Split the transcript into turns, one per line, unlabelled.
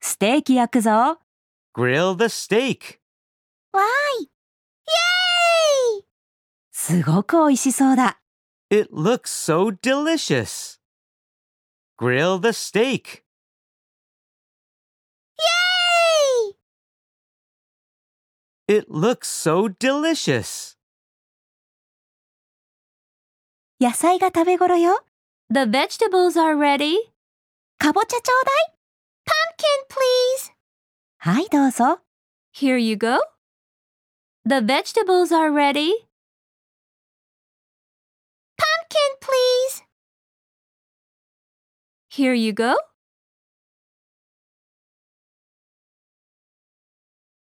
ステーキ焼くぞ。
Grill the steak.
すごく美味しそうだ。
It looks so delicious. Grill the steak.
イ
It looks so delicious.
野菜が食べ頃よ。The vegetables are ready. かぼちゃちょうだい。
Pumpkin, please.
はい、どうぞ。Here you go. The vegetables are ready.
Pumpkin, please.
Here you go.